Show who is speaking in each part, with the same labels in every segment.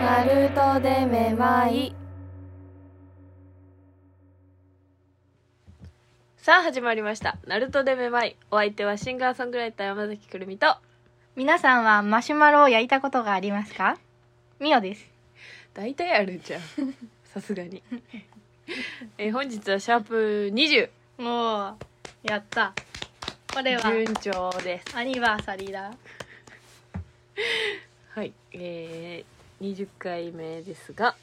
Speaker 1: ナルトでめまい。
Speaker 2: さあ始まりました「ナルトでめまい」お相手はシンガーソングライター山崎くるみと
Speaker 3: 皆さんはマシュマロを焼いたことがありますかミオです
Speaker 2: 大体ある じゃんさすがにえー本日はシャープ20
Speaker 3: おーやったこれは
Speaker 2: 順調です
Speaker 3: アニバーサリーだ
Speaker 2: はいえー、20回目ですが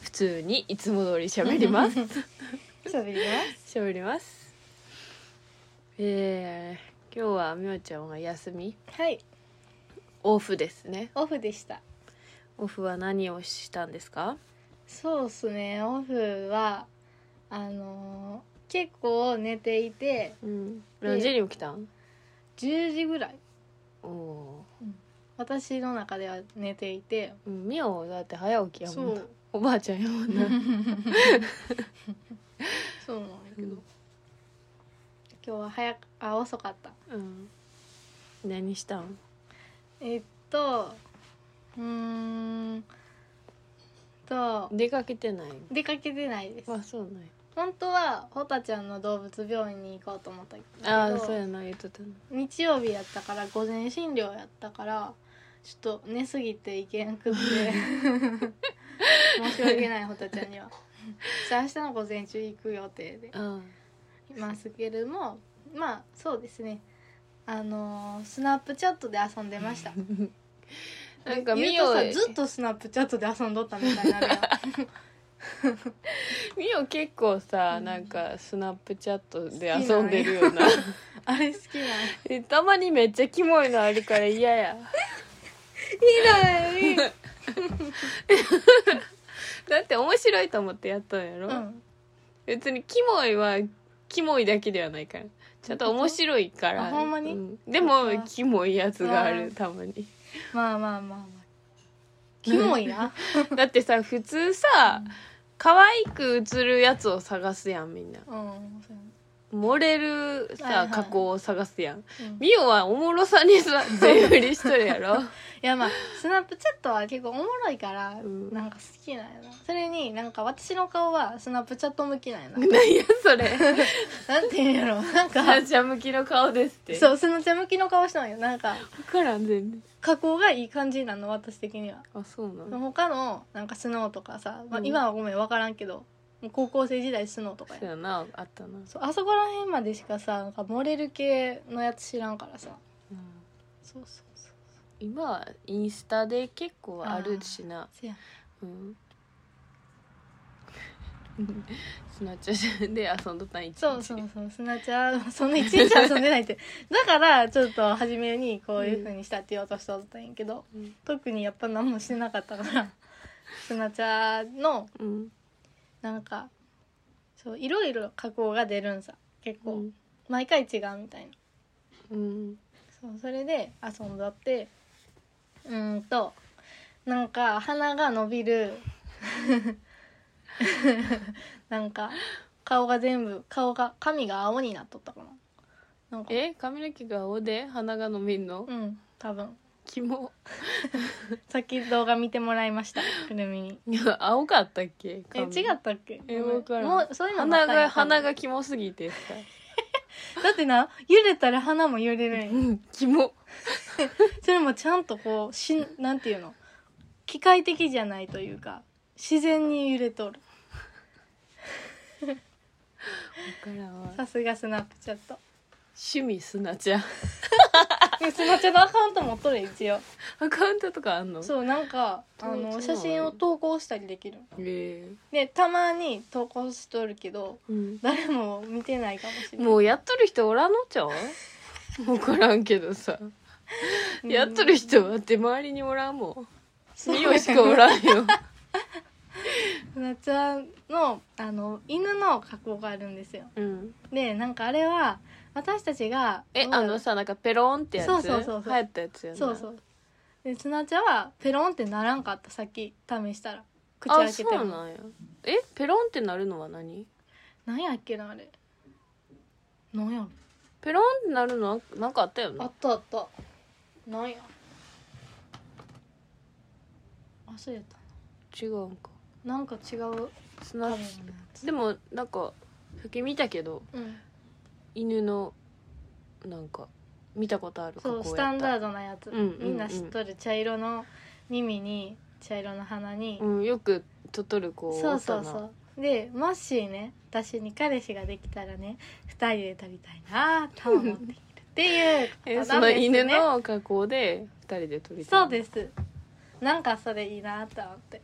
Speaker 2: 普通にいつも通り喋り ます
Speaker 3: 喋り
Speaker 2: 喋りますえー、今日はみおちゃんは休み
Speaker 3: ますはい
Speaker 2: オフですね
Speaker 3: オフでした
Speaker 2: オフは何をしたんですか
Speaker 3: そうっすねオフはあのー結構寝ていて
Speaker 2: うん何時に起きたん
Speaker 3: 10時ぐらい
Speaker 2: おお
Speaker 3: 私の中では寝ていて
Speaker 2: ーうんみおだって早起きやもんな
Speaker 3: そう
Speaker 2: おばあちゃんやもんな
Speaker 3: そうなんだけど、
Speaker 2: うん
Speaker 3: 今日は早くあ遅かった
Speaker 2: うん何したん
Speaker 3: えっとうーんと
Speaker 2: 出かけてない
Speaker 3: 出かけてないです、
Speaker 2: まあそうなんや
Speaker 3: 本当はホタちゃんの動物病院に行こうと思ったけ
Speaker 2: ああーそう
Speaker 3: ど
Speaker 2: やな言っとったな
Speaker 3: 日曜日やったから午前診療やったからちょっと寝すぎていけ なくて申し訳ないホタちゃんにはじゃあ明日の午前中行く予定で
Speaker 2: あー
Speaker 3: いますけれどもまあそうですねあのースナップチャットで遊んでました
Speaker 2: なんか
Speaker 3: 言
Speaker 2: み
Speaker 3: うと
Speaker 2: お
Speaker 3: さずっとスナップチャットで遊んどったみたいになる よ
Speaker 2: みお結構さ
Speaker 3: うん
Speaker 2: なんかスナップチャットで遊んでるよな
Speaker 3: あれ好きなん
Speaker 2: え たまにめっちゃキモいのあるから嫌や
Speaker 3: ひどい
Speaker 2: だって面白いと思ってやったんやろ、
Speaker 3: うん
Speaker 2: 別にキモいはキモいだけではないからちょっと面白いから
Speaker 3: あほんまに
Speaker 2: うんでも
Speaker 3: あ
Speaker 2: キモいやつがあ
Speaker 3: あ
Speaker 2: る
Speaker 3: ー
Speaker 2: たまに
Speaker 3: まあまあまあまあキモいな
Speaker 2: だってさ普通さ可愛く映るやつを探すやんみんな
Speaker 3: うんそう
Speaker 2: 盛れる
Speaker 3: はいは
Speaker 2: さ
Speaker 3: い
Speaker 2: 加工を探すやん
Speaker 3: やうんい
Speaker 2: ミオはおもろさにさ全振りしとるやろ
Speaker 3: やまあスナップチャットは結構おもろいから
Speaker 2: うん
Speaker 3: なんか好きなんやなそれになんか私の顔はスナップチャット向きなんやな
Speaker 2: 何やそれ
Speaker 3: なんて言うんやろなんか
Speaker 2: サーちゃん向きの顔ですって
Speaker 3: そうスナッチャ向きの顔したんよなんか
Speaker 2: 分からん全然
Speaker 3: 加工がいい感じなの私的には
Speaker 2: あそうなの
Speaker 3: 他のなんかスノーとかさ、まあ
Speaker 2: う、ん
Speaker 3: 今はごめん分からんけどもう高校生時代スノーとか
Speaker 2: そう
Speaker 3: や
Speaker 2: やなあったな、
Speaker 3: そうあそこら辺までしかさなんかモレル系のやつ知らんからさ
Speaker 2: うん
Speaker 3: そうそうそう
Speaker 2: 今はインスタで結構あるしな
Speaker 3: せや
Speaker 2: うんスナッチャーで遊んどったん一日
Speaker 3: そうそうそうスナチャそんな一日遊んでないってだからちょっと初めにこういうふうにしたって言おうとしとったんやけど、
Speaker 2: うん
Speaker 3: 特にやっぱ何もしてなかったからスナチャの
Speaker 2: うん
Speaker 3: なんかそういろいろ加工が出るんさ結
Speaker 2: う
Speaker 3: 構、
Speaker 2: ん
Speaker 3: 毎回違うみたいな
Speaker 2: うん
Speaker 3: そうそれで遊んだってうーんとなんか鼻が伸びる なんか顔が全部顔が髪が青になっとったかななんか
Speaker 2: え髪の毛が青で鼻が伸びんの
Speaker 3: うん多分
Speaker 2: キモ
Speaker 3: さっき動画見てもらいましたくるみに
Speaker 2: いや 青かったっけ
Speaker 3: え
Speaker 2: 髪
Speaker 3: 違ったっけ
Speaker 2: え
Speaker 3: ごめん
Speaker 2: わからん
Speaker 3: もうそういうのもあ
Speaker 2: 鼻
Speaker 3: ったんや
Speaker 2: が鼻
Speaker 3: 多
Speaker 2: がキモすぎてさ
Speaker 3: 分だってな揺れたら鼻も揺れるんよ
Speaker 2: うんキモ
Speaker 3: それもちゃんとこうしなんていうの機械的じゃないというか自然に揺れとる
Speaker 2: からんわ
Speaker 3: さすがスナップチャッ ト
Speaker 2: 趣味スナちゃ ん
Speaker 3: でスナチャのアカウント持っとる一応
Speaker 2: アカウントとかあんの
Speaker 3: そうなんかあ
Speaker 2: そうそうな
Speaker 3: の
Speaker 2: んや
Speaker 3: 写真を投稿したりできる
Speaker 2: ええ
Speaker 3: でたまに投稿しとるけど
Speaker 2: うん
Speaker 3: 誰も見てないかもしれない
Speaker 2: もうやっとる人おらんの ちゃう分からんけどさやっとる人はって周りにおらんもん
Speaker 3: そう
Speaker 2: ミオしかおらんよ
Speaker 3: スナチャのあの犬の加工があるんですよ
Speaker 2: うん
Speaker 3: でなんかあれは私たちが
Speaker 2: え
Speaker 3: どうや
Speaker 2: あ
Speaker 3: ろう
Speaker 2: のさなんかペロンってやつ
Speaker 3: そうそうそうそ
Speaker 2: 流
Speaker 3: う
Speaker 2: 行ったやつやな
Speaker 3: そうそうでスナチャはペロンってならんかったさっき試したら口
Speaker 2: あ
Speaker 3: 開け
Speaker 2: そ
Speaker 3: て
Speaker 2: う
Speaker 3: も
Speaker 2: なんやえペロンってなるのは何
Speaker 3: なんやっけなあれなんやろ
Speaker 2: ペロンってなるのはなんかあったよ
Speaker 3: あ
Speaker 2: な
Speaker 3: ったあったなんや忘れた
Speaker 2: 違うんか
Speaker 3: なんか違う
Speaker 2: ス
Speaker 3: カ
Speaker 2: ナ
Speaker 3: メラのや
Speaker 2: ッチ
Speaker 3: つ
Speaker 2: でもなんかさっき見たけど
Speaker 3: うん
Speaker 2: 犬のなんか見たことある
Speaker 3: そうスタンダー
Speaker 2: ド
Speaker 3: ドなやつ、
Speaker 2: うんうんうん
Speaker 3: みんな知っとる茶色の耳に茶色の鼻に、
Speaker 2: うんよくトトルコを
Speaker 3: そうそうそうでもしね私に彼氏ができたらね二人で撮りたいなと思っているっていう
Speaker 2: え
Speaker 3: こと
Speaker 2: その
Speaker 3: ですね
Speaker 2: 犬の加工で二人で撮りたい
Speaker 3: そうですなんかそれいいなと思って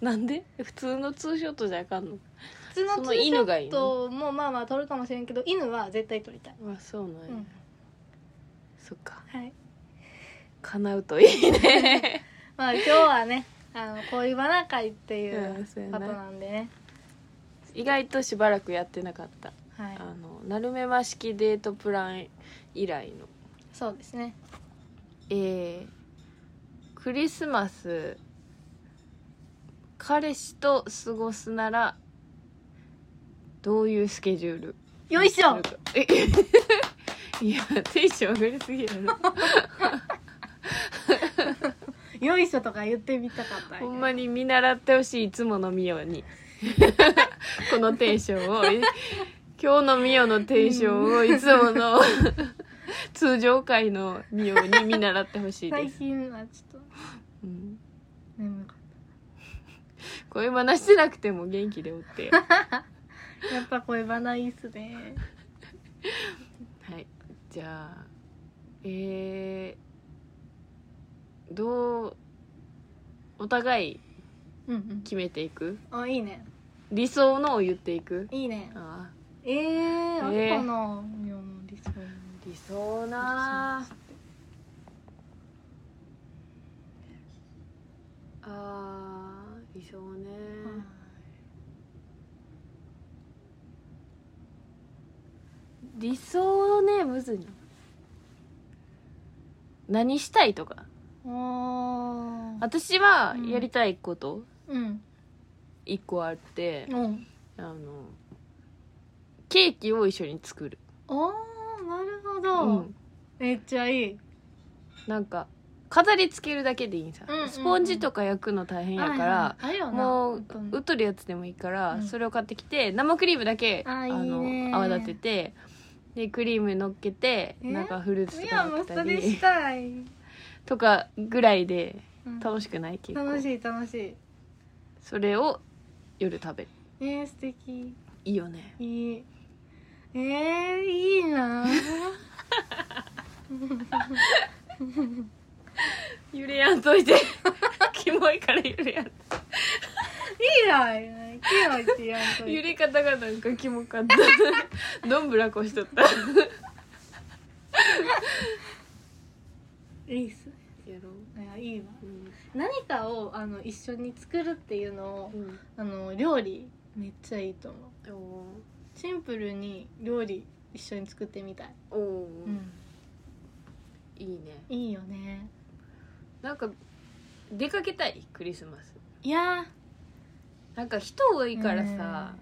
Speaker 2: なんで 普通のツーショットじゃあかんの
Speaker 3: 普通の
Speaker 2: そ
Speaker 3: ツ
Speaker 2: の
Speaker 3: ーショ
Speaker 2: 犬がいい
Speaker 3: ッ
Speaker 2: の
Speaker 3: トもまあまあ撮るかもしれんけど犬は絶対撮りたい、
Speaker 2: あそうなんや、
Speaker 3: うん
Speaker 2: そっか
Speaker 3: はい
Speaker 2: 叶うといいね
Speaker 3: まあ今日はね あの恋バナ会っていううん
Speaker 2: そうや
Speaker 3: こ
Speaker 2: な
Speaker 3: となんでね、
Speaker 2: 意外としばらくやってなかった
Speaker 3: はい
Speaker 2: あのなるめま式デートプラン以来の
Speaker 3: そうですね
Speaker 2: えークリスマス彼氏と過ごすならどういうスケジュール
Speaker 3: よいしょ
Speaker 2: え いやテンション上がりすぎるな
Speaker 3: よいしょとか言ってみたかったんや
Speaker 2: ほんまに見習ってほしいいつものミオに このテンションをえ 今日のミオのテンションをいつもの 通常回のミオに見習ってほしいで
Speaker 3: 最
Speaker 2: す、
Speaker 3: 近はちょっと
Speaker 2: うん
Speaker 3: 眠かっ
Speaker 2: 恋話してなくても元気でおってや
Speaker 3: たやっぱ恋バナいいっすね
Speaker 2: はいじゃあえー、どうお互い
Speaker 3: うん
Speaker 2: 決めていく
Speaker 3: うんあいいね
Speaker 2: 理想のを言っていく
Speaker 3: いいね
Speaker 2: あ
Speaker 3: えー、あ
Speaker 2: え
Speaker 3: る
Speaker 2: ー
Speaker 3: かな妙の理想の
Speaker 2: ー理想なーあー理想ね理想ねむずいな何したいとか
Speaker 3: あー
Speaker 2: 私は
Speaker 3: うん
Speaker 2: やりたいこと
Speaker 3: うん
Speaker 2: 一個あって、
Speaker 3: うん
Speaker 2: あのケーキを一緒に作る、
Speaker 3: おーなるほ
Speaker 2: う
Speaker 3: ど、
Speaker 2: ん、
Speaker 3: めっちゃいい
Speaker 2: なんか飾り付けるだけでいいさ、
Speaker 3: うんうんうん
Speaker 2: スポンジとか焼くの大変やから、
Speaker 3: はいはいあるよな
Speaker 2: もう
Speaker 3: 本当に
Speaker 2: 売っとるやつでもいいから、
Speaker 3: うん
Speaker 2: それを買ってきて生クリームだけ
Speaker 3: あーいいね
Speaker 2: の泡立ててでクリーム乗っけて
Speaker 3: え
Speaker 2: なんかフルーツと
Speaker 3: い
Speaker 2: か
Speaker 3: や
Speaker 2: 乗
Speaker 3: も
Speaker 2: っ
Speaker 3: う
Speaker 2: け
Speaker 3: そ
Speaker 2: た
Speaker 3: れし
Speaker 2: り
Speaker 3: たい、
Speaker 2: とかぐらいで
Speaker 3: うん
Speaker 2: 楽しくない結構
Speaker 3: 楽しい楽しい
Speaker 2: それを夜食べる
Speaker 3: えー、素敵
Speaker 2: いいよね
Speaker 3: いいえー、いいな
Speaker 2: 揺れやんとい てキモいから揺れやん
Speaker 3: いいなキモいって言わん とい
Speaker 2: 揺
Speaker 3: て
Speaker 2: れ方がなんかキモかった どんぶらこしとったや
Speaker 3: いいっすね
Speaker 2: ろう
Speaker 3: いやいいわ
Speaker 2: うん
Speaker 3: 何かをあの一緒に作るっていうのを
Speaker 2: うん
Speaker 3: あの料理めっちゃいいと思う
Speaker 2: お
Speaker 3: シンプルに料理一緒に作ってみたい、
Speaker 2: ーおー、いいね
Speaker 3: いいよね
Speaker 2: なんか出かけたいクリスマス
Speaker 3: いや
Speaker 2: なんか人多いからさ、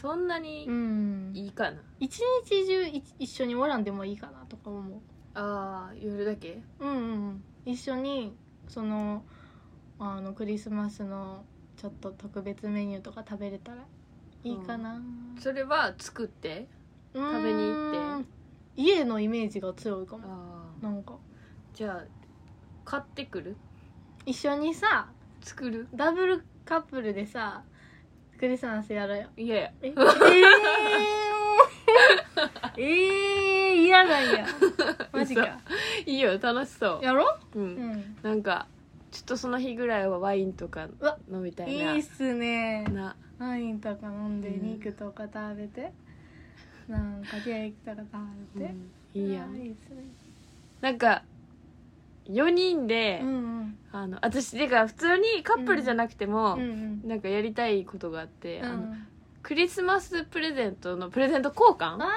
Speaker 2: そんな
Speaker 3: ーう
Speaker 2: に
Speaker 3: ん
Speaker 2: いいかな、
Speaker 3: 一日中い一緒におらんでもいいかなとか思
Speaker 2: ああ夜だけ
Speaker 3: ううんうんうん一緒にそのあのクリスマスのちょっと特別メニューとか食べれたらいいかな、
Speaker 2: それは作って
Speaker 3: 食
Speaker 2: べに行って
Speaker 3: 家のイメージが強いかも
Speaker 2: ああ
Speaker 3: なんか
Speaker 2: じゃあ買ってくる
Speaker 3: 一緒にさ
Speaker 2: 作る
Speaker 3: ダブルカップルでさクリスマスやろうよ
Speaker 2: いやいや
Speaker 3: ええー、えー、嫌なんやマジか
Speaker 2: いいよ楽しそう
Speaker 3: やろ
Speaker 2: う、
Speaker 3: うんん
Speaker 2: なんかちょっとその日ぐらいはワインとか
Speaker 3: うわ
Speaker 2: 飲みたい
Speaker 3: い
Speaker 2: ない
Speaker 3: っすね
Speaker 2: な
Speaker 3: ワインとか飲んで
Speaker 2: うん
Speaker 3: 肉とか食べてなんかケーキとか食べて、
Speaker 2: うんいいや
Speaker 3: うんわいいっすね
Speaker 2: なんか4人で、
Speaker 3: うんうん
Speaker 2: あの私てか普通にカップルじゃなくても、
Speaker 3: うんうん
Speaker 2: なんかやりたいことがあって、
Speaker 3: う
Speaker 2: あの
Speaker 3: ん
Speaker 2: クリスマスプレゼントのプレゼント交換
Speaker 3: あ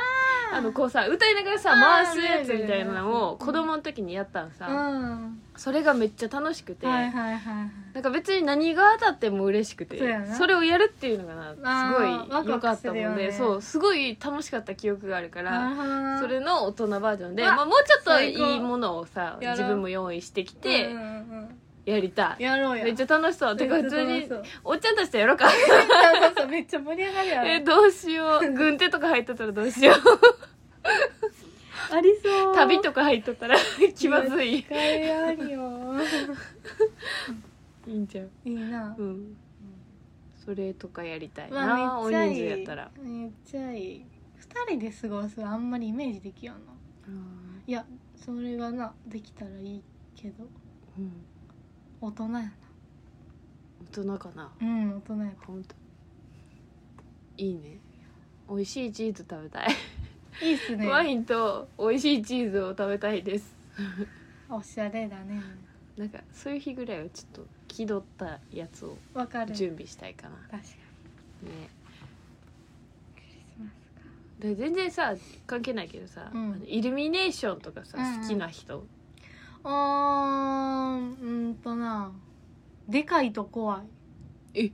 Speaker 2: あのこうさ歌いながらさ
Speaker 3: あー
Speaker 2: 回すやつみたいなのを子供の時にやったの
Speaker 3: う
Speaker 2: さ、
Speaker 3: ん
Speaker 2: それがめっちゃ楽しくて、
Speaker 3: はいはいはい
Speaker 2: なんか別に何が当たっても嬉しくて
Speaker 3: そうやな
Speaker 2: れをやるっていうのがな
Speaker 3: あー
Speaker 2: すごい良かったもんで
Speaker 3: ワクワクするよね
Speaker 2: そうすごい楽しかった記憶があるから
Speaker 3: ら
Speaker 2: それの大人バージョンで、
Speaker 3: うわ
Speaker 2: まあ、もうちょっと
Speaker 3: 最高
Speaker 2: いいものをさ
Speaker 3: やろう
Speaker 2: 自分も用意してきてやりたい、
Speaker 3: やろうよ
Speaker 2: めっちゃ楽しそうてか普通に
Speaker 3: そう
Speaker 2: おっちゃんたちとやろう か
Speaker 3: そうそうめっちゃ盛り上がるやろ
Speaker 2: えどうしよう軍手とか入っとったらどうしよう
Speaker 3: ありそう
Speaker 2: 旅とか入っとったら 気まずい
Speaker 3: 絶対あ るよ
Speaker 2: いいんちゃう
Speaker 3: いいな
Speaker 2: うんそれとかやりたいな、
Speaker 3: まあめっちゃ
Speaker 2: 大
Speaker 3: い
Speaker 2: 人数
Speaker 3: い
Speaker 2: やったら、
Speaker 3: めっちゃいい二人で過ごすあんまりイメージできやんな
Speaker 2: うん
Speaker 3: いやそれがなできたらいいけど
Speaker 2: うん、
Speaker 3: 大人やな
Speaker 2: 大人かな
Speaker 3: うん大人や
Speaker 2: 本当いいね美味しいチーズ食べたい、
Speaker 3: いいっすね
Speaker 2: ワインと美味しいチーズを食べたいです
Speaker 3: おしゃれだね
Speaker 2: なんかそういう日ぐらいはちょっと気取ったやつを
Speaker 3: わかる確かに
Speaker 2: 準備したいかな
Speaker 3: クリス
Speaker 2: ね
Speaker 3: マス
Speaker 2: で全然さ関係ないけどさ、
Speaker 3: うん
Speaker 2: あのイルミネーションとかさ、
Speaker 3: うんうん
Speaker 2: 好きな人
Speaker 3: あーうんとなでかいと怖い
Speaker 2: え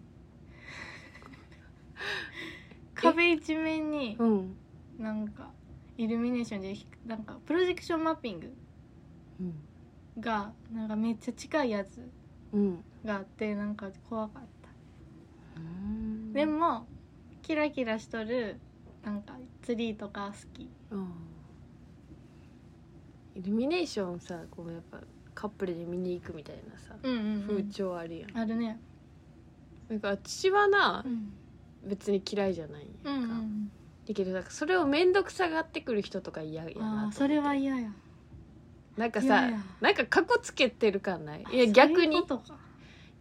Speaker 3: 壁一面に
Speaker 2: うん、
Speaker 3: なんかイルミネーションでひなんかプロジェクションマッピング
Speaker 2: うん
Speaker 3: がなんかめっちゃ近いやつ
Speaker 2: うん
Speaker 3: があってなんか怖かった、
Speaker 2: うん
Speaker 3: でもキラキラしとるなんかツリーとか好き
Speaker 2: うんイルミネーションさこうやっぱカップルで見に行くみたいなさ
Speaker 3: うんうん、う
Speaker 2: 風
Speaker 3: ん、
Speaker 2: 潮あるやん、
Speaker 3: あるね
Speaker 2: なんか私はな
Speaker 3: うん
Speaker 2: 別に嫌いじゃないんやんか、
Speaker 3: うんうん
Speaker 2: だけどなんかそれを面倒くさがってくる人とか嫌やなと
Speaker 3: あ
Speaker 2: 思
Speaker 3: あ
Speaker 2: っ
Speaker 3: ー
Speaker 2: て
Speaker 3: それは嫌や
Speaker 2: なんか
Speaker 3: 嫌
Speaker 2: さ
Speaker 3: や
Speaker 2: なんかかこつけてる感ない
Speaker 3: あ
Speaker 2: いや
Speaker 3: そう
Speaker 2: 逆
Speaker 3: い
Speaker 2: に
Speaker 3: う
Speaker 2: い
Speaker 3: ことか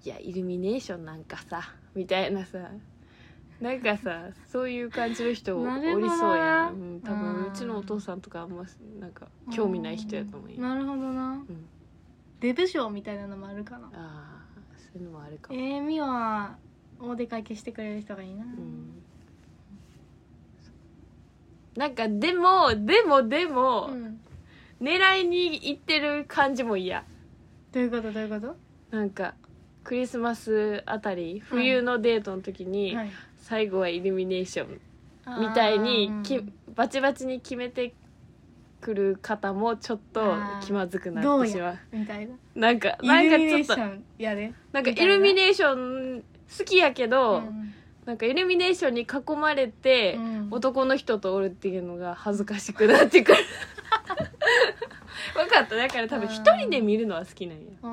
Speaker 2: やイルミネーションなんかさみたいな さなんかさそういう感じの人お
Speaker 3: なるほど
Speaker 2: りそうやん、うん、多
Speaker 3: う
Speaker 2: 分
Speaker 3: ん
Speaker 2: うちのお父さんとかあんまなんか興味ない人やと思うよ、
Speaker 3: なるほどな
Speaker 2: うん、
Speaker 3: デブ賞みたいなのもあるかな
Speaker 2: ああそういうのもあるか
Speaker 3: え
Speaker 2: も、
Speaker 3: ー、ミワはお出かけしてくれる人がいいな、
Speaker 2: うんなんかでもでもでも、
Speaker 3: うん
Speaker 2: 狙いに行ってる感じも嫌
Speaker 3: どういうことどういうこと
Speaker 2: なんかクリスマスあたり冬のデートの時に、
Speaker 3: はい
Speaker 2: 最後はイルミネーションみたいにき、バチバチに決めてくる方もちょっと
Speaker 3: あー
Speaker 2: 気まずくな
Speaker 3: ど
Speaker 2: っ
Speaker 3: う
Speaker 2: て
Speaker 3: や
Speaker 2: しまう
Speaker 3: みたいな
Speaker 2: なんかな
Speaker 3: イ
Speaker 2: ん
Speaker 3: ル
Speaker 2: か
Speaker 3: ミ
Speaker 2: ち
Speaker 3: ネ
Speaker 2: ょ
Speaker 3: ー
Speaker 2: っ
Speaker 3: シ
Speaker 2: と
Speaker 3: ョンやで
Speaker 2: なんか
Speaker 3: みたいな
Speaker 2: イルミネーション好きやけど、
Speaker 3: ん
Speaker 2: なんかイルミネーションに囲まれて、
Speaker 3: うん
Speaker 2: 男の人とおるっていうのが恥ずかしくなって くる分かっただから多分一人で見るのは好きなんや、
Speaker 3: あ
Speaker 2: う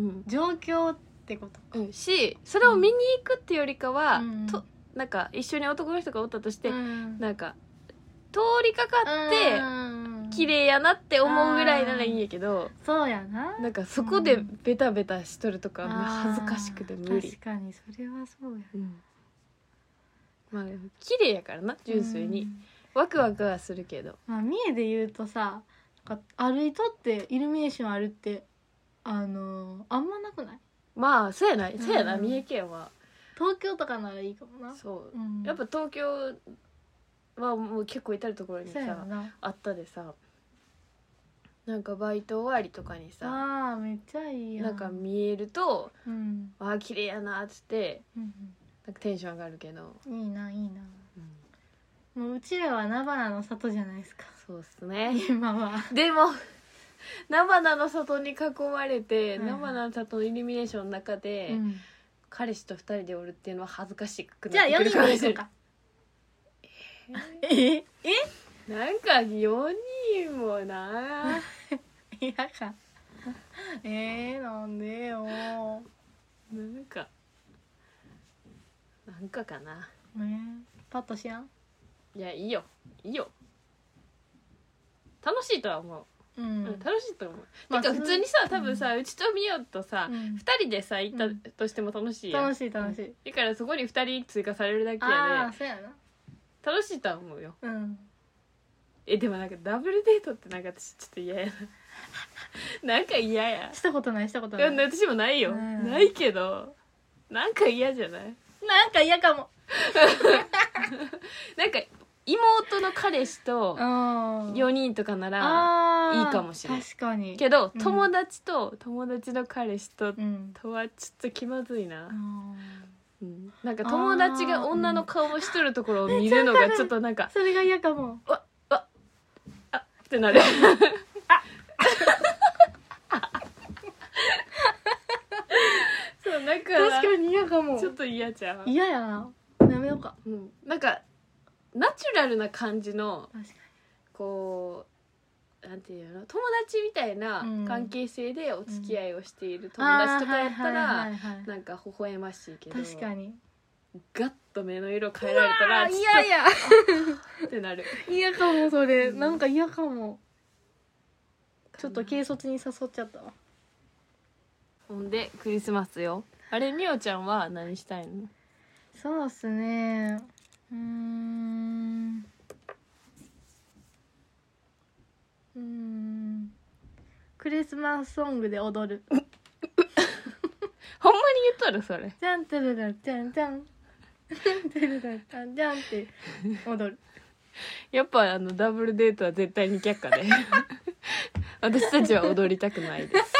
Speaker 2: ん
Speaker 3: ー状況ってことか
Speaker 2: うん、しそれを見に行くってよりかは、
Speaker 3: うん
Speaker 2: となんか一緒に男の人がおったとして、
Speaker 3: うん
Speaker 2: なんか通りかかって
Speaker 3: うん
Speaker 2: 綺麗やなって思うぐらいならいいんやけど、
Speaker 3: そうやな
Speaker 2: なんかそこで
Speaker 3: うん
Speaker 2: ベタベタしとるとか、
Speaker 3: あー
Speaker 2: 恥ずかしくて無理
Speaker 3: 確、かにそれはそうや
Speaker 2: うん、まあ綺麗やからな純粋に、
Speaker 3: うん
Speaker 2: ワクワクはするけど
Speaker 3: まあ、三重で言うとさなんか歩いとってイルミネーションあるってあのーあんまなくない
Speaker 2: まあそうやなそうやな、
Speaker 3: うん
Speaker 2: 三重県は
Speaker 3: 東京とかならいいかもな、
Speaker 2: そうう、
Speaker 3: ん
Speaker 2: やっぱ東京はもう結構至る所に
Speaker 3: そうやろ
Speaker 2: さ
Speaker 3: な
Speaker 2: あったでさなんかバイト終わりとかにさ
Speaker 3: あーめっちゃいいや
Speaker 2: なんか見えると
Speaker 3: うん、
Speaker 2: 「わあ綺麗やな」っつって
Speaker 3: うん
Speaker 2: なんかテンション上がるけど、
Speaker 3: うん、いいないいなもううちらは菜花の里じゃないですか
Speaker 2: そうっすね
Speaker 3: 今は
Speaker 2: でも菜花の里に囲まれて
Speaker 3: はい
Speaker 2: 菜花の里のイルミネーションの中で、
Speaker 3: うん
Speaker 2: 彼氏と二人でおるっていうのは恥ずかしく
Speaker 3: じゃ
Speaker 2: な
Speaker 3: あ
Speaker 2: って
Speaker 3: 4
Speaker 2: くるか
Speaker 3: 人
Speaker 2: も
Speaker 3: で
Speaker 2: しれ
Speaker 3: 行こう
Speaker 2: ない
Speaker 3: かええ
Speaker 2: なんか4人もな
Speaker 3: 嫌かえー、なんでよ
Speaker 2: なんかなんかかな
Speaker 3: ねパッとしやん
Speaker 2: いやいいよいいよ楽しいとは思
Speaker 3: うん、
Speaker 2: う、うん、楽しいと思う、
Speaker 3: まあ
Speaker 2: てか
Speaker 3: そ
Speaker 2: 普
Speaker 3: の
Speaker 2: 通にさ多分さ、うちとみよとさ、
Speaker 3: うん
Speaker 2: 二人でさ行ったとしても楽しいやん、
Speaker 3: 楽しい楽しい、
Speaker 2: だからそこに二人追加されるだけ
Speaker 3: あ
Speaker 2: や
Speaker 3: あ
Speaker 2: で
Speaker 3: そうやな
Speaker 2: 楽しいとは思うよ
Speaker 3: うん
Speaker 2: えでもなんかダブルデートってなんか私ちょっと嫌やな なんか嫌や
Speaker 3: したことないしたこと
Speaker 2: い
Speaker 3: な
Speaker 2: や
Speaker 3: いな
Speaker 2: 私もないよ、
Speaker 3: うん
Speaker 2: ないけどなんか嫌じゃない
Speaker 3: んか嫌かも
Speaker 2: なんか妹の彼氏と4
Speaker 3: 4
Speaker 2: 人とかなら
Speaker 3: あー
Speaker 2: いいかもしれない
Speaker 3: 確かに
Speaker 2: けど
Speaker 3: うん
Speaker 2: 友達と友達の彼氏と
Speaker 3: うん
Speaker 2: とはちょっと気まずいな、
Speaker 3: あ
Speaker 2: うんなんか友達が女の顔をしとるところを見るの
Speaker 3: あーう
Speaker 2: が
Speaker 3: ん
Speaker 2: ちょっとなんか
Speaker 3: ーそれが嫌かも
Speaker 2: ってなるそうだから
Speaker 3: 確かに嫌かも
Speaker 2: ちょっと嫌じゃん、
Speaker 3: 嫌やなやめようか
Speaker 2: うん、なんかナチュラルな感じの
Speaker 3: 確かに
Speaker 2: こうなんていうの友達みたいな
Speaker 3: うん
Speaker 2: 関係性でお付き合いをしている友
Speaker 3: あー
Speaker 2: 達とかやった
Speaker 3: はいは
Speaker 2: ら
Speaker 3: いはいはい
Speaker 2: なんか微笑ましいけど
Speaker 3: 確かに
Speaker 2: ガッと目の色変えられたら
Speaker 3: あ
Speaker 2: ちょ
Speaker 3: 嫌
Speaker 2: っ
Speaker 3: や
Speaker 2: とってなる
Speaker 3: 嫌かもそれ
Speaker 2: うん
Speaker 3: なんか嫌かもちょっと軽率に誘っちゃったわ
Speaker 2: ほんでクリスマスよあれみおちゃんは何したいの
Speaker 3: そうっすねうーんうーんクリスマスソングで踊る
Speaker 2: ほんまに言っとるそれ
Speaker 3: じゃんてるだじゃんじゃんてるだじゃんじゃんって踊る
Speaker 2: やっぱあのダブルデートは絶対に却下で 私たちは踊りたくないです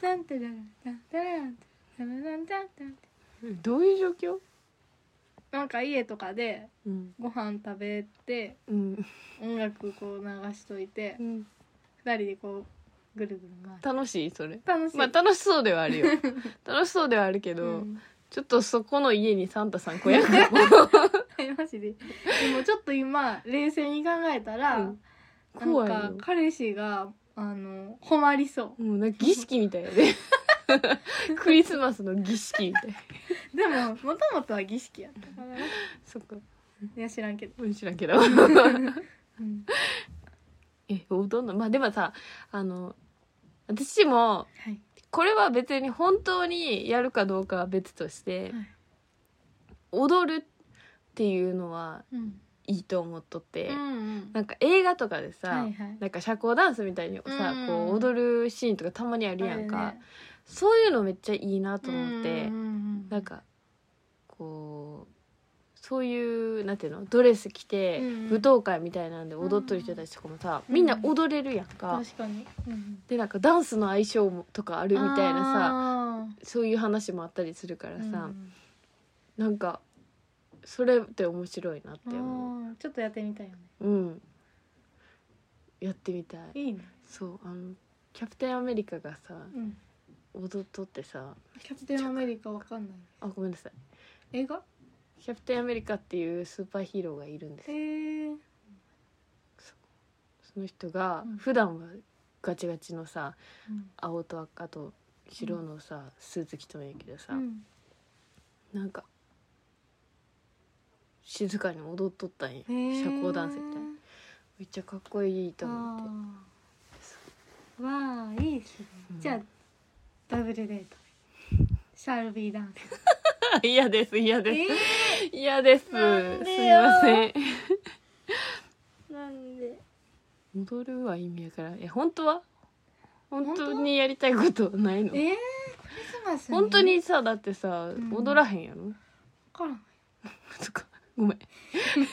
Speaker 3: じゃんてるだじゃんてるだじゃんじゃんじゃん
Speaker 2: どういう状況
Speaker 3: なんか家とかで
Speaker 2: うん
Speaker 3: ご飯食べて
Speaker 2: うん、
Speaker 3: 音楽こう流しといて二人でこうぐるぐる回る
Speaker 2: 楽しいそれ
Speaker 3: 楽しい、
Speaker 2: まあ楽しそうではあ るよ楽しそうではあるけど、
Speaker 3: うん
Speaker 2: ちょっとそこの家にサンタさん来やんかも
Speaker 3: マジででもちょっと今冷静に考えたら、
Speaker 2: うん
Speaker 3: なん
Speaker 2: 怖いよ
Speaker 3: か彼氏があの困りそ
Speaker 2: もうなんか儀式みたいや でクリスマスの儀式みたい
Speaker 3: うでももともとは儀式やったからい
Speaker 2: そっか
Speaker 3: や知らんけど、
Speaker 2: うん知らんけど
Speaker 3: うん
Speaker 2: えどんなまあでもさあの私も
Speaker 3: はい
Speaker 2: これは別に本当にやるかどうかは別として、
Speaker 3: はい
Speaker 2: 踊るっていうのは
Speaker 3: うん
Speaker 2: いいと思っとって、
Speaker 3: うん
Speaker 2: なんか映画とかでさ、
Speaker 3: はいはい
Speaker 2: なんか社交ダンスみたいにさ、
Speaker 3: うん
Speaker 2: こう踊るシーンとかたまにあるやん
Speaker 3: あ
Speaker 2: か、
Speaker 3: るね
Speaker 2: そういうのめっちゃいいなと思って、
Speaker 3: うんうんうん
Speaker 2: なんかこうそういうなんていうのドレス着て、
Speaker 3: うん
Speaker 2: 舞踏会みたいなんで踊っとる人たちとかもさ、みんな踊れるやんか、
Speaker 3: 確かに、うんうん、
Speaker 2: でなんかダンスの相性もとかあるみたいなさ
Speaker 3: さ
Speaker 2: そういう話もあったりするからさ、
Speaker 3: うん
Speaker 2: なんかそれって面白いなって思
Speaker 3: あーちょっとやってみたいよね
Speaker 2: ううんやってみたい
Speaker 3: いいね、
Speaker 2: そうあのキャプテンアメリカがさ
Speaker 3: うん、
Speaker 2: 踊っとってさ
Speaker 3: キャプテンアメリカわかんない
Speaker 2: あごめんなさい
Speaker 3: 映画
Speaker 2: キャプテンアメリカっていうスーパーヒーローがいるんです
Speaker 3: えー、
Speaker 2: その人が
Speaker 3: うん
Speaker 2: 普段はガチガチのさ
Speaker 3: うん
Speaker 2: 青と赤と白のさ、スーツ着とんやけどさ、
Speaker 3: うん
Speaker 2: なんか静かに踊っとったんや、
Speaker 3: えー
Speaker 2: 社交ダンスみたいなめっちゃかっこいいと思って。
Speaker 3: あーわあいいですね、
Speaker 2: うん
Speaker 3: じゃあダブルデートシャルビーダン ス
Speaker 2: 嫌です嫌
Speaker 3: え
Speaker 2: です嫌ですすい
Speaker 3: なんでよ
Speaker 2: ません
Speaker 3: ー、なんで
Speaker 2: 戻るは意味やからえ本当は本当にやりたいことないの
Speaker 3: えー、クリスマス
Speaker 2: 本当にさだってさ、
Speaker 3: ん
Speaker 2: 踊らへんやろ
Speaker 3: わからん
Speaker 2: そっかごめん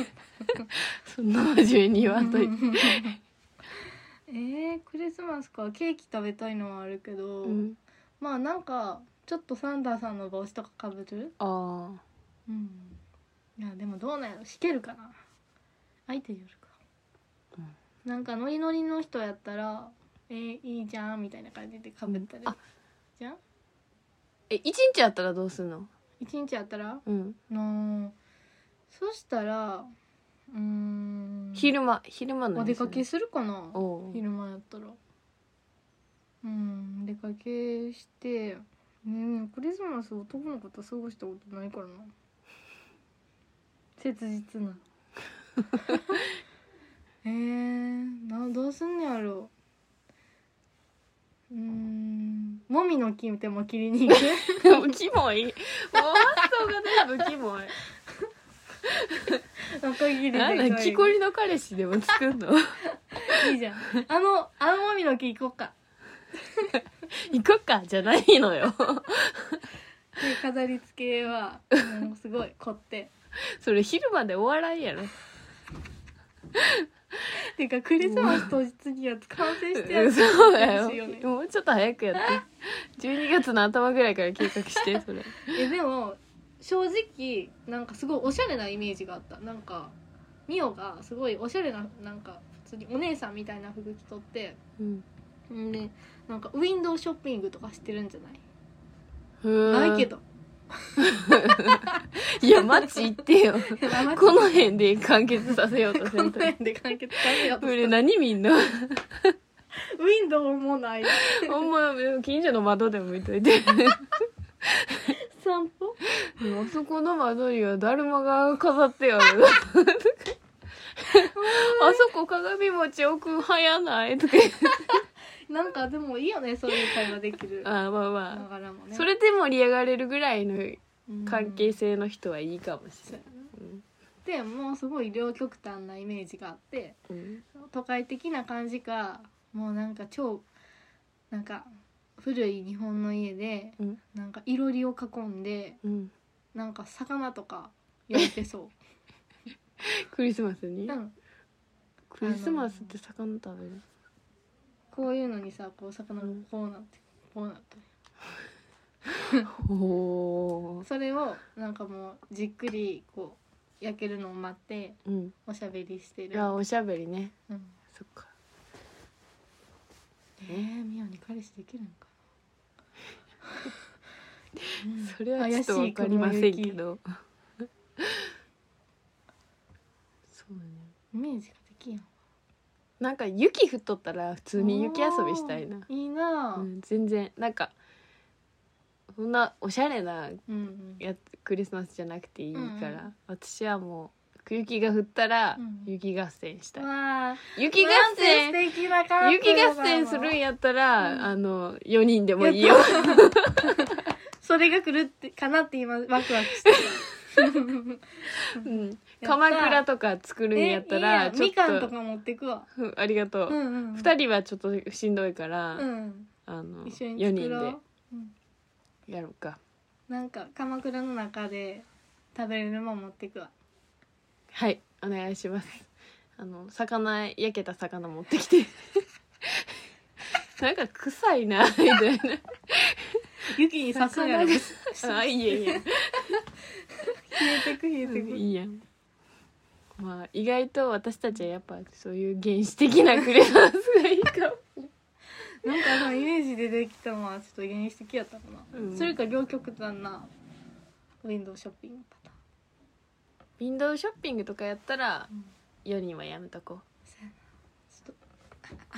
Speaker 2: そんな真面目に言わんといて
Speaker 3: えー、クリスマスかケーキ食べたいのはあるけど、
Speaker 2: うん
Speaker 3: まあなんかちょっとサンダーさんの帽子とかかぶる
Speaker 2: ああ
Speaker 3: うんいやでもどうなんやろ弾けるかな相手によるか、
Speaker 2: うん
Speaker 3: なんかノリノリの人やったら「えー、いいじゃん」みたいな感じでかぶったり、
Speaker 2: うんあ
Speaker 3: じゃん
Speaker 2: え一日やったらどうすんの
Speaker 3: 一日やったら
Speaker 2: うん
Speaker 3: のそしたらうーん
Speaker 2: 昼間昼間の
Speaker 3: お出かけするかな
Speaker 2: おう
Speaker 3: 昼間やったらうん出かけしてうんクリスマス男の子と過ごしたことないからな切 実なえー、などうすんねやろううんもみの木でも切りに行く
Speaker 2: もうキモいもう発想が全部キモい
Speaker 3: 中切りで
Speaker 2: なんだ
Speaker 3: 可愛い
Speaker 2: 木こりの彼氏でも作んの
Speaker 3: いいじゃんあのあのもみの木行こうか
Speaker 2: 行こっかじゃないのよ
Speaker 3: で飾り付けはもうすごい凝って
Speaker 2: それ昼までお笑いやろ
Speaker 3: てかクリスマス当日には完成して
Speaker 2: う
Speaker 3: や
Speaker 2: ん
Speaker 3: つ
Speaker 2: そうだ
Speaker 3: ですよね
Speaker 2: よもうちょっと早くやって12月の頭ぐらいから計画してそれ
Speaker 3: えでも正直なんかすごいおしゃれなイメージがあったなんかミオがすごいおしゃれななんか普通にお姉さんみたいな服着とって
Speaker 2: うん
Speaker 3: んでなんかウィンドウショッピングとかしてるんじゃないないけど
Speaker 2: いやマジ行ってよこ の
Speaker 3: こ
Speaker 2: 辺で完結させようとせ
Speaker 3: の
Speaker 2: んと
Speaker 3: 辺で完結させようと
Speaker 2: これ
Speaker 3: したウ
Speaker 2: 何見 んの
Speaker 3: ィンドウもない
Speaker 2: ほんま近所の窓でも見といて
Speaker 3: 散歩
Speaker 2: あそこの窓にはだるまが飾って あるあそこ鏡餅置くん早ないとか言って
Speaker 3: なんかでもいいよねそういう会話できるな
Speaker 2: あまあまあ
Speaker 3: がらもね
Speaker 2: それで盛り上がれるぐらいの関係
Speaker 3: うん
Speaker 2: 性の人はいいかもし
Speaker 3: そう
Speaker 2: れない、
Speaker 3: やなでもうすごい両極端なイメージがあって
Speaker 2: うん
Speaker 3: 都会的な感じかもうなんか超なんか古い日本の家で
Speaker 2: うん
Speaker 3: なんかいろりを囲んで
Speaker 2: うん、
Speaker 3: なんか魚とか焼いてそ
Speaker 2: クリスマスに、
Speaker 3: う、うん、
Speaker 2: クリスマスって魚食べる
Speaker 3: こういうのにさこう魚がこうなってこうなって
Speaker 2: おー
Speaker 3: それをなんかもうじっくりこう焼けるのを待って
Speaker 2: うん
Speaker 3: おしゃべりして
Speaker 2: い
Speaker 3: る、
Speaker 2: やおしゃべりね
Speaker 3: うん、
Speaker 2: そっか
Speaker 3: えー、ミオに彼氏できるんかな、 うん
Speaker 2: それはちょっとわかりませんけどそうね
Speaker 3: イメージができんよ
Speaker 2: なんか雪降っとったら普通に雪遊びしたいな、
Speaker 3: いいなあ、
Speaker 2: う
Speaker 3: うん
Speaker 2: ん、全然なんかそんなおしゃれな
Speaker 3: うん
Speaker 2: やつクリスマスじゃなくていいから、
Speaker 3: うんう
Speaker 2: 私はもう雪が降ったら
Speaker 3: うん
Speaker 2: 雪合戦したい、
Speaker 3: わあ
Speaker 2: 雪合戦
Speaker 3: なんて素敵なカップ
Speaker 2: 雪
Speaker 3: ルだわ
Speaker 2: 合戦するんやったら、
Speaker 3: うん
Speaker 2: あの4人でもいいよ
Speaker 3: やっ それが来るってかなって今ワクワクしてる
Speaker 2: うん
Speaker 3: た
Speaker 2: 鎌倉とか作るんやったら
Speaker 3: えいいやん
Speaker 2: ちょっ
Speaker 3: みかんと
Speaker 2: と
Speaker 3: か持ってくわ
Speaker 2: うんありがとう
Speaker 3: う
Speaker 2: ん
Speaker 3: うん
Speaker 2: 2人はちょっとしんどいから、
Speaker 3: うん
Speaker 2: あの
Speaker 3: 一緒
Speaker 2: 4
Speaker 3: に
Speaker 2: 人
Speaker 3: 作ろ
Speaker 2: で
Speaker 3: う、うん、
Speaker 2: やろうか
Speaker 3: なんか鎌倉の中で食べれるもん持ってくわ
Speaker 2: はいお願いします あの魚焼けた魚持ってき てなんか臭いなみたいな
Speaker 3: 雪に刺すんやろ
Speaker 2: 魚
Speaker 3: 冷
Speaker 2: あいいやいや
Speaker 3: えてく冷えてく、
Speaker 2: いいやんまあ意外と私たちはやっぱそういう原始的なクリスマスがいいかも
Speaker 3: なんかそのイメージでできたのはちょっと原始的やったかな、
Speaker 2: うん
Speaker 3: それか両極端なウィンドウショッピングパターン
Speaker 2: ウィンドウショッピングとかやったら
Speaker 3: うん
Speaker 2: 4人はやめとこ
Speaker 3: そうや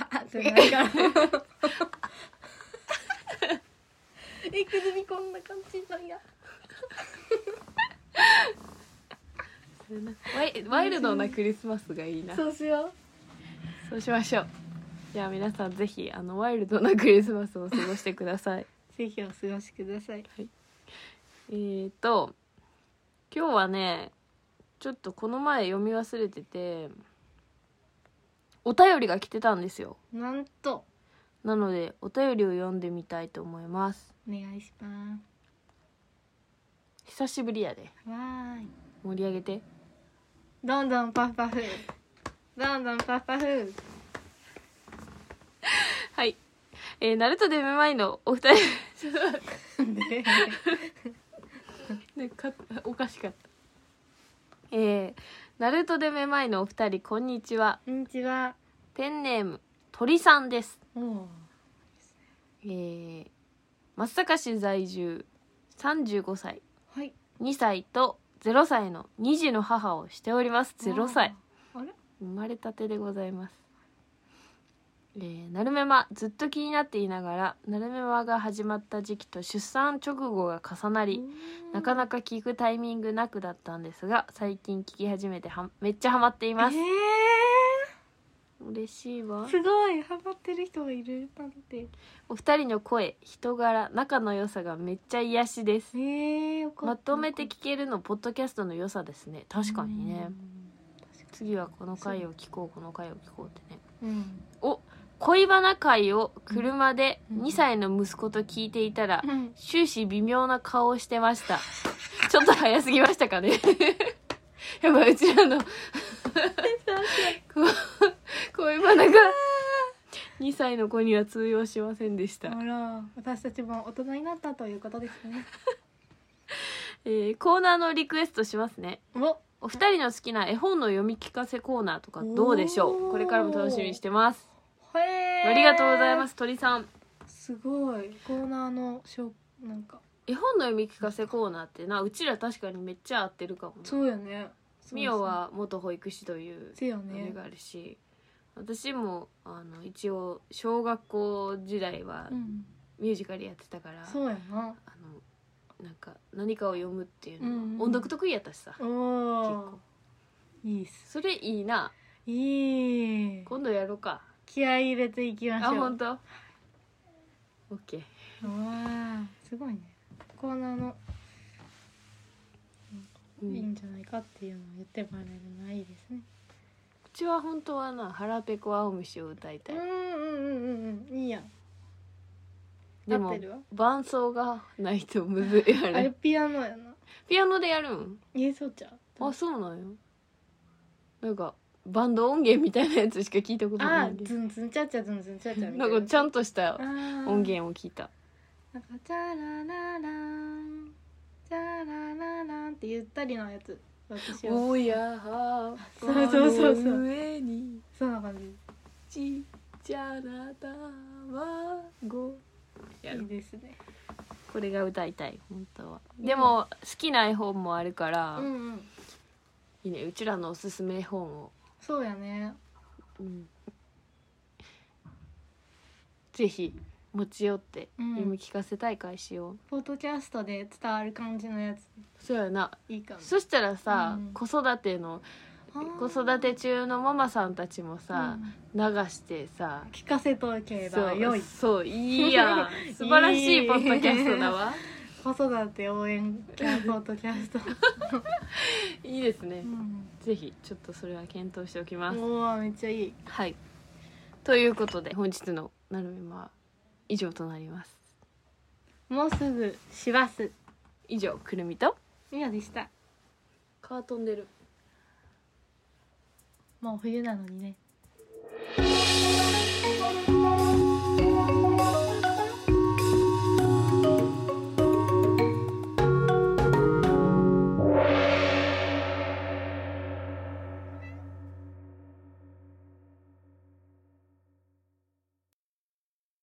Speaker 3: なちょっとあああってなるからえくずみこんな感じなんや
Speaker 2: うワイワイルドなクリスマスがいいな
Speaker 3: そうしよ
Speaker 2: そうしましょうじゃあ皆さんぜひあのワイルドなクリスマスを過ごしてください
Speaker 3: うぜひお過ごしください
Speaker 2: えーと今日はねちょっとこの前読み忘れててお便りが来てたんですよ
Speaker 3: なんと
Speaker 2: なのでお便りを読んでみたいと思います
Speaker 3: お願いしま
Speaker 2: 久しぶりやです
Speaker 3: わーい
Speaker 2: 盛り上げて
Speaker 3: どんどんパフパフどんどんパフパフ
Speaker 2: はいえー、ナルトデメマイのお 二人ちょっと待って
Speaker 3: で
Speaker 2: ね、かおかしかったえー、ナルトでめまいのお二人こんにちは
Speaker 3: こんにちは
Speaker 2: ペンネーム鳥さんです
Speaker 3: おお
Speaker 2: えー、松阪市在住35歳
Speaker 3: はい
Speaker 2: 2歳と0歳の2児の母をしております0歳
Speaker 3: あれ
Speaker 2: 生まれたてでございますえー、なるめまずっと気になっていながらなるめまが始まった時期と出産直後が重なり、なか
Speaker 3: か
Speaker 2: なか聞くタイミングなくだったんですが最近聞き始めてはめっちゃハマっています、
Speaker 3: え
Speaker 2: 嬉しい
Speaker 3: ー、
Speaker 2: わ
Speaker 3: すごいハマってる人がいるなんて
Speaker 2: お二人の声人柄仲の良さがめっちゃ癒しです
Speaker 3: えー、よかった
Speaker 2: まとめて聞けるのポッドキャストの良さですね確かにね次はこの回を聞こうこの回を聞こうってね
Speaker 3: うん
Speaker 2: 恋バナ会を車で
Speaker 3: うん
Speaker 2: 2歳の息子と聞いていたら
Speaker 3: うん
Speaker 2: 終始微妙な顔をしてましたちょっと早すぎましたかね やばいうちらの こう恋バナが2歳の子には通用しませんでした
Speaker 3: あら私たちも大人になったということです ね
Speaker 2: えーコーナーのリクエストしますね
Speaker 3: お
Speaker 2: お二人の好きな絵本の読み聞かせコーナーとかどうでしょ
Speaker 3: お
Speaker 2: う
Speaker 3: ー
Speaker 2: これからも楽しみにしてます
Speaker 3: へー
Speaker 2: ありがとうございます鳥さん
Speaker 3: すごいコーナーのしょなんか
Speaker 2: 絵本の読み聞かせコーナーってなうちら確かにめっちゃ合ってるかも
Speaker 3: そうよね
Speaker 2: みおは元保育士という
Speaker 3: せよ
Speaker 2: あ
Speaker 3: ね
Speaker 2: れがあるし、私もあの一応小学校時代は
Speaker 3: うん
Speaker 2: ミュージカルやってたから、
Speaker 3: そうやな
Speaker 2: あのなんか何かを読むっていうのは、
Speaker 3: うんうん
Speaker 2: 音読得意やったしさ
Speaker 3: お
Speaker 2: 構
Speaker 3: おいいっす
Speaker 2: それいいない
Speaker 3: い
Speaker 2: 今度やろうか
Speaker 3: 気合い入れていきまし
Speaker 2: あ
Speaker 3: ょう
Speaker 2: 本当オッケー
Speaker 3: わあすごいねコーナーの
Speaker 2: う
Speaker 3: いい
Speaker 2: ん
Speaker 3: んじゃないかっていうのを言ってもらえるのはいいですね、
Speaker 2: うちは本当はな「腹ペコ青虫」を歌いたい、
Speaker 3: うんうんうんうんいいやん
Speaker 2: で
Speaker 3: 合っ
Speaker 2: も
Speaker 3: てるわ
Speaker 2: 伴奏がないとむずいあ
Speaker 3: あ
Speaker 2: れ
Speaker 3: れピアノやな
Speaker 2: ピアノでやるん
Speaker 3: えそうちゃう
Speaker 2: あそうなんよなんかバンド音源みたいなやつしか聞いたことな
Speaker 3: あ
Speaker 2: いんで
Speaker 3: ズンズンチャチャズンズンチャチャみた
Speaker 2: ないん
Speaker 3: な
Speaker 2: かちゃんとした音
Speaker 3: 音
Speaker 2: 源を聞いた
Speaker 3: なんか「チャララランチャラララン」ってゆったりのやつ
Speaker 2: 「
Speaker 3: 私は
Speaker 2: おやは
Speaker 3: そうそうそうそう
Speaker 2: バの上に
Speaker 3: そんな感じ
Speaker 2: ちっちゃな卵」や
Speaker 3: いい
Speaker 2: る
Speaker 3: ですね
Speaker 2: これが歌いたい本当はでも好きな絵本もあるから、
Speaker 3: うんうん
Speaker 2: いいねうちらのおすすめ絵本を、
Speaker 3: そうやね
Speaker 2: うんぜひ持ち寄って
Speaker 3: うん
Speaker 2: 読み聞かせたい会しよう、
Speaker 3: ポッドキャストで伝わる感じのやつ
Speaker 2: そうやない
Speaker 3: いかも
Speaker 2: そしたらさ、
Speaker 3: うん
Speaker 2: 子育ての
Speaker 3: あー
Speaker 2: 子育て中のママさんたちもさ、流してさ
Speaker 3: うん聞かせとけば
Speaker 2: そ
Speaker 3: 良
Speaker 2: う
Speaker 3: い
Speaker 2: そういいやん 素晴らしいポッドキャストだわ
Speaker 3: 子育て応援キャンポッドキャスト、
Speaker 2: いいですね
Speaker 3: う、ん、
Speaker 2: ぜひちょっとそれは検討しておきます、
Speaker 3: おーめっちゃいい
Speaker 2: はいということで本日の「なるみま」は以上となります
Speaker 3: もうすぐ師走
Speaker 2: 以上くるみと
Speaker 3: みやでした
Speaker 2: カートンでる
Speaker 3: もう冬なのにね
Speaker 1: 「